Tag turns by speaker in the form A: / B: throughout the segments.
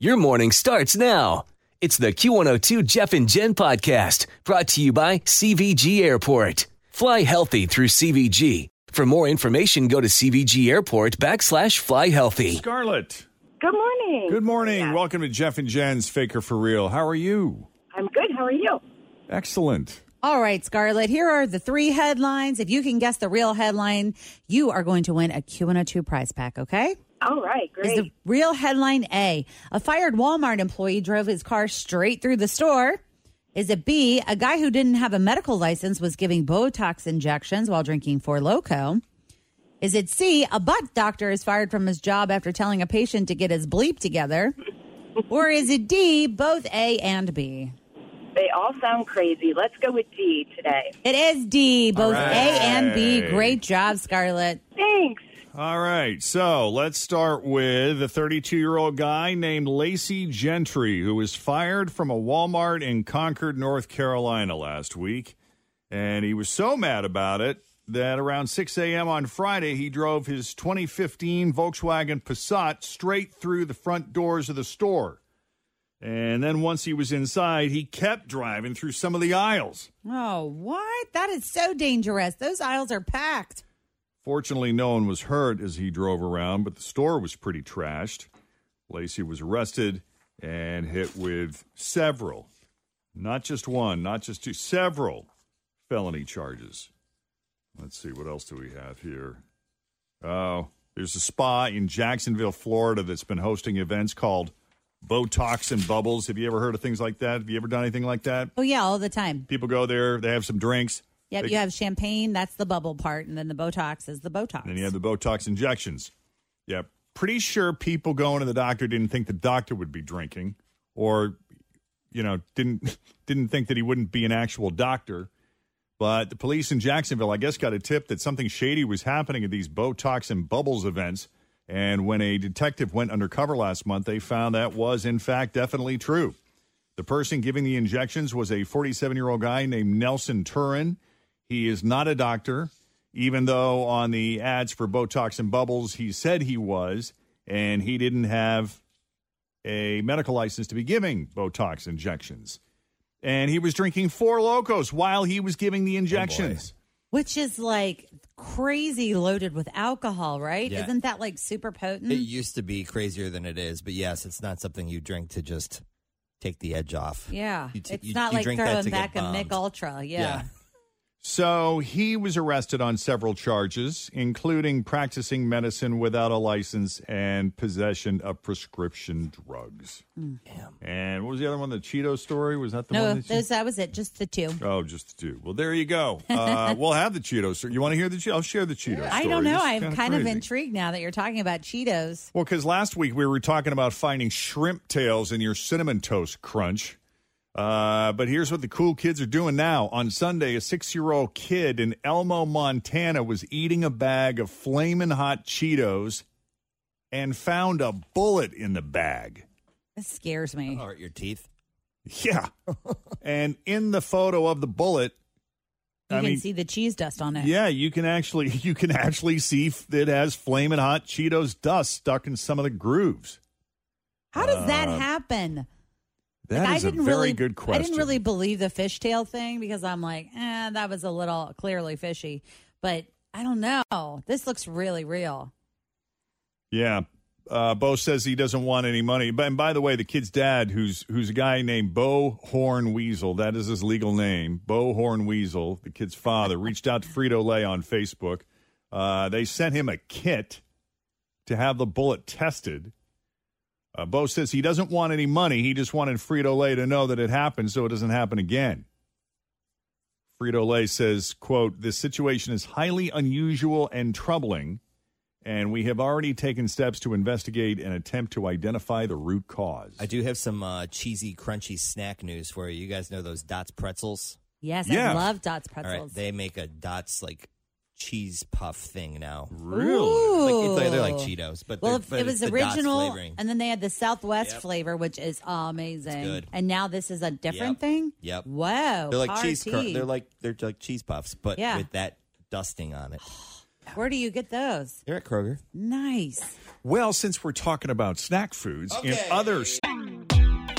A: Your morning starts now. It's the Q102 Jeff and Jen podcast brought to you by CVG Airport. Fly healthy through CVG. For more information, go to CVG Airport backslash fly healthy.
B: Scarlett,
C: Good morning.
B: good morning. Welcome to Jeff and Jen's Faker for Real. How are you?
C: I'm good. How are you?
B: Excellent.
D: All right, Scarlett, here are the three headlines. If you can guess the real headline, you are going to win a Q102 prize pack, okay?
C: All right,
D: Is
C: great.
D: the real headline A, a fired Walmart employee drove his car straight through the store? Is it B, a guy who didn't have a medical license was giving Botox injections while drinking Four Loco? Is it C, a butt doctor is fired from his job after telling a patient to get his bleep together? or is it D, both A and B?
C: they all sound crazy. Let's go with D today.
D: It is D, both
B: right.
D: A and B. Great job, Scarlett.
C: Thanks.
B: All right, so let's start with a 32 year old guy named Lacey Gentry, who was fired from a Walmart in Concord, North Carolina last week. And he was so mad about it that around 6 a.m. on Friday, he drove his 2015 Volkswagen Passat straight through the front doors of the store. And then once he was inside, he kept driving through some of the aisles.
D: Oh, what? That is so dangerous. Those aisles are packed.
B: Fortunately, no one was hurt as he drove around, but the store was pretty trashed. Lacey was arrested and hit with several, not just one, not just two, several felony charges. Let's see, what else do we have here? Oh, there's a spa in Jacksonville, Florida that's been hosting events called Botox and Bubbles. Have you ever heard of things like that? Have you ever done anything like that?
D: Oh, yeah, all the time.
B: People go there, they have some drinks,
D: Yep, you have champagne, that's the bubble part, and then the Botox is the Botox.
B: And then you have the Botox injections. Yeah, pretty sure people going to the doctor didn't think the doctor would be drinking, or you know, didn't didn't think that he wouldn't be an actual doctor. But the police in Jacksonville, I guess, got a tip that something shady was happening at these Botox and Bubbles events. And when a detective went undercover last month, they found that was, in fact, definitely true. The person giving the injections was a 47 year old guy named Nelson Turin. He is not a doctor, even though on the ads for Botox and Bubbles, he said he was, and he didn't have a medical license to be giving Botox injections. And he was drinking four locos while he was giving the injections.
D: Which is like crazy loaded with alcohol, right?
E: Yeah.
D: Isn't that like super potent?
E: It used to be crazier than it is, but yes, it's not something you drink to just take the edge off.
D: yeah.
E: You t-
D: it's
E: you-
D: not
E: you
D: like
E: drink that
D: throwing
E: to get
D: back a
E: bombed.
D: Mick Ultra. Yeah.
E: Yeah.
B: So he was arrested on several charges, including practicing medicine without a license and possession of prescription drugs. And what was the other one? The Cheeto story? Was that the
D: No,
B: one? That you-
D: those, that was it. Just the two.
B: Oh, just the two. Well, there you go. Uh, we'll have the Cheeto story. You want to hear the Cheeto? I'll share the Cheeto story.
D: I don't know.
B: This is
D: I'm
B: kinda
D: kind of
B: crazy.
D: intrigued now that you're talking about Cheetos.
B: Well, because last week we were talking about finding shrimp tails in your cinnamon toast crunch. Uh, but here's what the cool kids are doing now. On Sunday, a six year old kid in Elmo, Montana was eating a bag of flaming hot Cheetos and found a bullet in the bag.
D: This scares me.
E: Or your teeth.
B: Yeah. and in the photo of the bullet,
D: you
B: I
D: can
B: mean-
D: see the cheese dust on it.
B: Yeah, you can actually you can actually see f- it has flaming hot Cheetos dust stuck in some of the grooves.
D: How does that happen?
B: Uh, That is
D: Like,
B: a very
D: really,
B: good question.
D: I didn't really believe the fishtail thing because I'm like, eh, that was a little clearly fishy. But I don't know. This looks really real.
B: Yeah. Uh, Bo says he doesn't want any money. But and by the way, the kid's dad, who's who's a guy named Bo Horn Weasel, that is his legal name. Bo Horn Weasel, the kid's father, reached out to Frito Lay on Facebook. Uh, they sent him a kit to have the bullet tested. Uh, Bo says he doesn't want any money. He just wanted Frito Lay to know that it happened, so it doesn't happen again. Frito Lay says, "quote This situation is highly unusual and troubling." and we have already taken steps to investigate and attempt to identify the root cause.
E: I do have some uh, cheesy, crunchy snack news for you. You guys know those Dots pretzels?
D: Yes,
B: Yeah.
D: I love Dots pretzels.
E: All right, they make a Dots like cheese puff thing now.
B: Really?
E: Like, it's like- they're like
D: Ooh.
E: Cheetos, but
D: well,
E: they're-
D: if
E: but
D: it was
E: it's the Dots
D: original,
E: flavoring.
D: and then they had the Southwest
E: Yep.
D: flavor, which is amazing.
E: good.
D: And now this is a different
E: Yep.
D: thing.
E: Yep.
D: Wow.
E: They're like
D: hard
E: cheese. Cr-
D: tea.
E: they're like they're like cheese puffs, but
D: Yeah.
E: with that dusting on it.
D: Where do you get those?
E: They're at Kroger.
D: Nice.
B: Well, since we're talking about snack foods and other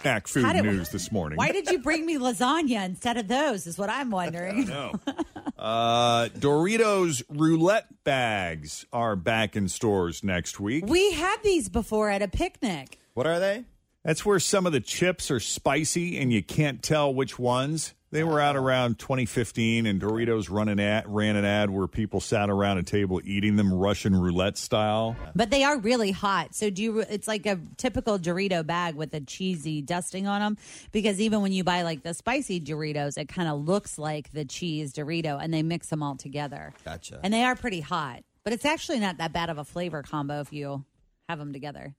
B: snack food
D: How did-
B: news this morning.
D: Why did you bring me lasagna instead of those? Is what I'm wondering.
B: No. Uh, Doritos roulette bags are back in stores next week.
D: We had these before at a picnic.
E: What are they?
B: That's where some of the chips are spicy and you can't tell which ones. They were out around 2015, and Doritos run an ad, ran an ad where people sat around a table eating them Russian roulette style.
D: But they are really hot. So do you? It's like a typical Dorito bag with a cheesy dusting on them. Because even when you buy like the spicy Doritos, it kind of looks like the cheese Dorito, and they mix them all together.
E: Gotcha.
D: And they are pretty hot. But it's actually not that bad of a flavor combo if you have them together.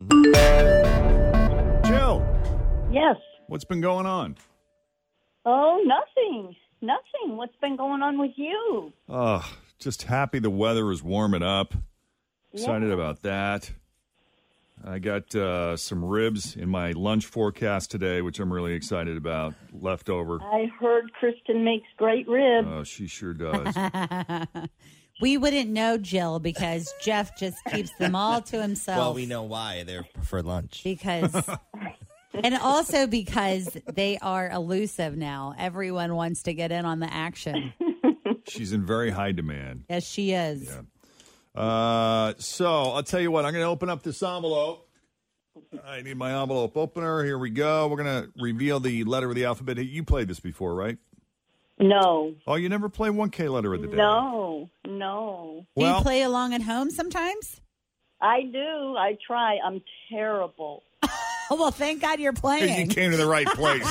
B: Jill,
C: Yes.
B: what's been going on?
C: Oh, nothing. Nothing. What's been going on with you?
B: Oh, just happy the weather is warming up. Excited about that. I got uh, some ribs in my lunch forecast today, which I'm really excited about. Leftover.
C: I heard Kristen makes great ribs.
B: Oh, she sure does.
D: We wouldn't know Jill because Jeff just keeps them all to himself.
E: Well, we know why they're for lunch.
D: because and also because they are elusive now. Everyone wants to get in on the action.
B: She's in very high demand.
D: Yes, she is.
B: Uh, so I'll tell you what. I'm going to open up this envelope. I need my envelope opener. Here we go. We're going to reveal the letter of the alphabet. Hey, You played this before, right?
C: No.
B: Oh, you never play 1K letter of the day.
C: No. No.
D: Do
B: Well,
D: you play along at home sometimes?
C: I do. I try. I'm terrible.
D: Oh well, thank God you're
B: you
D: playing.
B: came to the right place.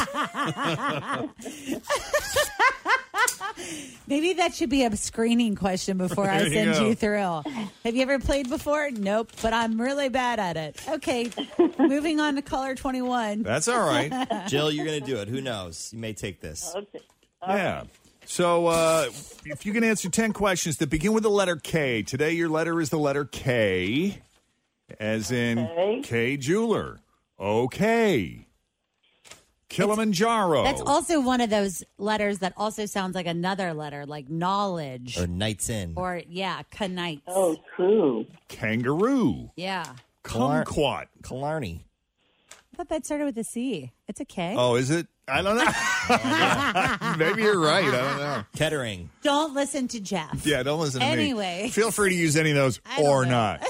D: Maybe that should be a screening question before I
B: There you
D: send
B: go.
D: you through. Have you ever played before? Nope, but I'm really bad at it. Okay, moving on to caller 21.
B: That's all right.
E: Jill, you're gonna do it. Who knows? You may take this.
C: Okay.
B: Yeah. So uh, if you can answer 10 questions that begin with the letter K, today your letter is the letter K, as in
C: Okay.
B: K Jeweler. Okay. Kilimanjaro.
D: That's also one of those letters that also sounds like another letter, like knowledge
E: Or nights in.
D: or yeah, knights.
C: Oh, cool.
B: Kangaroo.
D: Yeah.
E: Kalar-
B: Kumquat.
E: Killarney.
D: I thought that started with a C. It's a K.
B: Oh, is it? I don't know. Maybe you're right. I don't know.
E: Kettering.
D: Don't listen to Jeff.
B: Yeah, don't listen to me.
D: Anyway.
B: Feel free to use any of those
D: I don't
B: or
D: know.
B: not.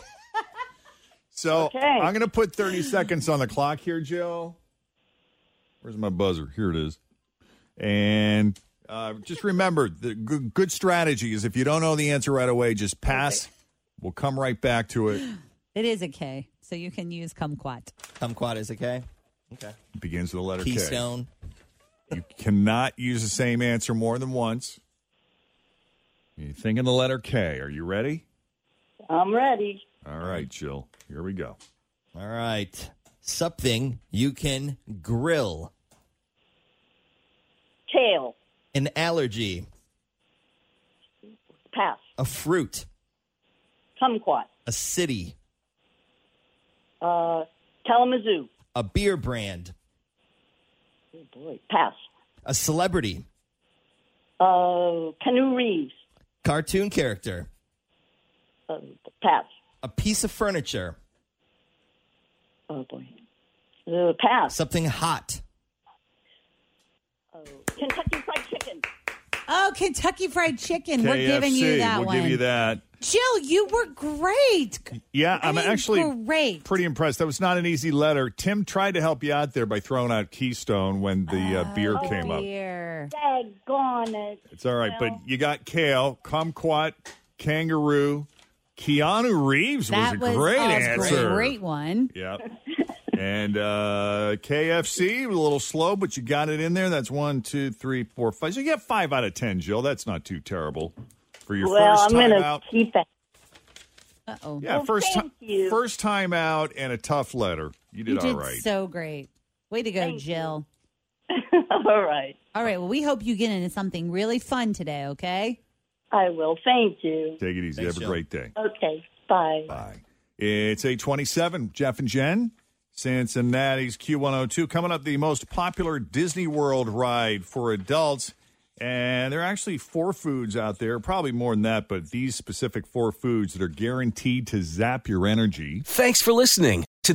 B: So
C: Okay.
B: I'm going to put 30 seconds on the clock here, Jill. Where's my buzzer? Here it is. And uh, just remember the good, good strategy is if you don't know the answer right away, just pass. We'll come right back to it.
D: It is a K, so you can use kumquat.
E: Kumquat is okay. Okay.
B: Begins with the letter K.
E: Keystone.
B: You cannot use the same answer more than once. You're thinking the letter K. Are you ready?
C: I'm ready.
B: All right, Jill. Here we go.
E: All right. Something you can grill.
C: Tail.
E: An allergy.
C: Pass.
E: A fruit.
C: Kumquat.
E: A city.
C: Uh, Kalamazoo.
E: A beer brand.
C: Oh, boy. Pass.
E: A celebrity.
C: Uh, Canoe Reeves.
E: Cartoon character.
C: uh, pass.
E: A piece of furniture.
C: Oh boy, uh, pass.
E: Something hot.
C: Kentucky Fried Chicken.
D: Oh, Kentucky Fried Chicken. We're giving you
B: KFC,
D: that
B: we'll
D: one.
B: give you that.
D: Jill, you were great.
B: Yeah, I'm
D: mean,
B: actually
D: great.
B: pretty impressed. That was not an easy letter. Tim tried to help you out there by throwing out Keystone when the
D: Oh,
B: uh, beer came up.
D: Here.
C: Daggone it.
B: It's all right, but you got kale, kumquat, kangaroo. Keanu Reeves
D: That
B: was
D: was
B: a great
D: a
B: answer.
D: great one.
B: Yep. and uh, KFC, a little slow, but you got it in there. That's one, two, three, four, five. So you get five out of ten, Jill. That's not too terrible for your
C: well,
B: first
C: I'm
B: time
C: gonna
B: out.
C: keep it.
D: Uh oh.
B: Yeah,
C: Well,
B: first
C: thank
B: time,
C: you.
B: first time out, and a tough letter. You did,
D: You did
B: all right.
D: so great. Way to go,
C: Thank you.
D: Jill.
C: All right,
D: All right. Well, we hope you get into something really fun today, okay?
C: I will. Thank you.
B: Take it easy.
E: Thanks,
B: Have a
E: Jill.
B: great day.
C: Okay, bye.
B: Bye. It's eight twenty-seven. Jeff and Jen, Cincinnati's Q one hundred two. Coming up, the most popular Disney World ride for adults, and there are actually four foods out there, probably more than that, but these specific four foods that are guaranteed to zap your energy.
A: Thanks for listening to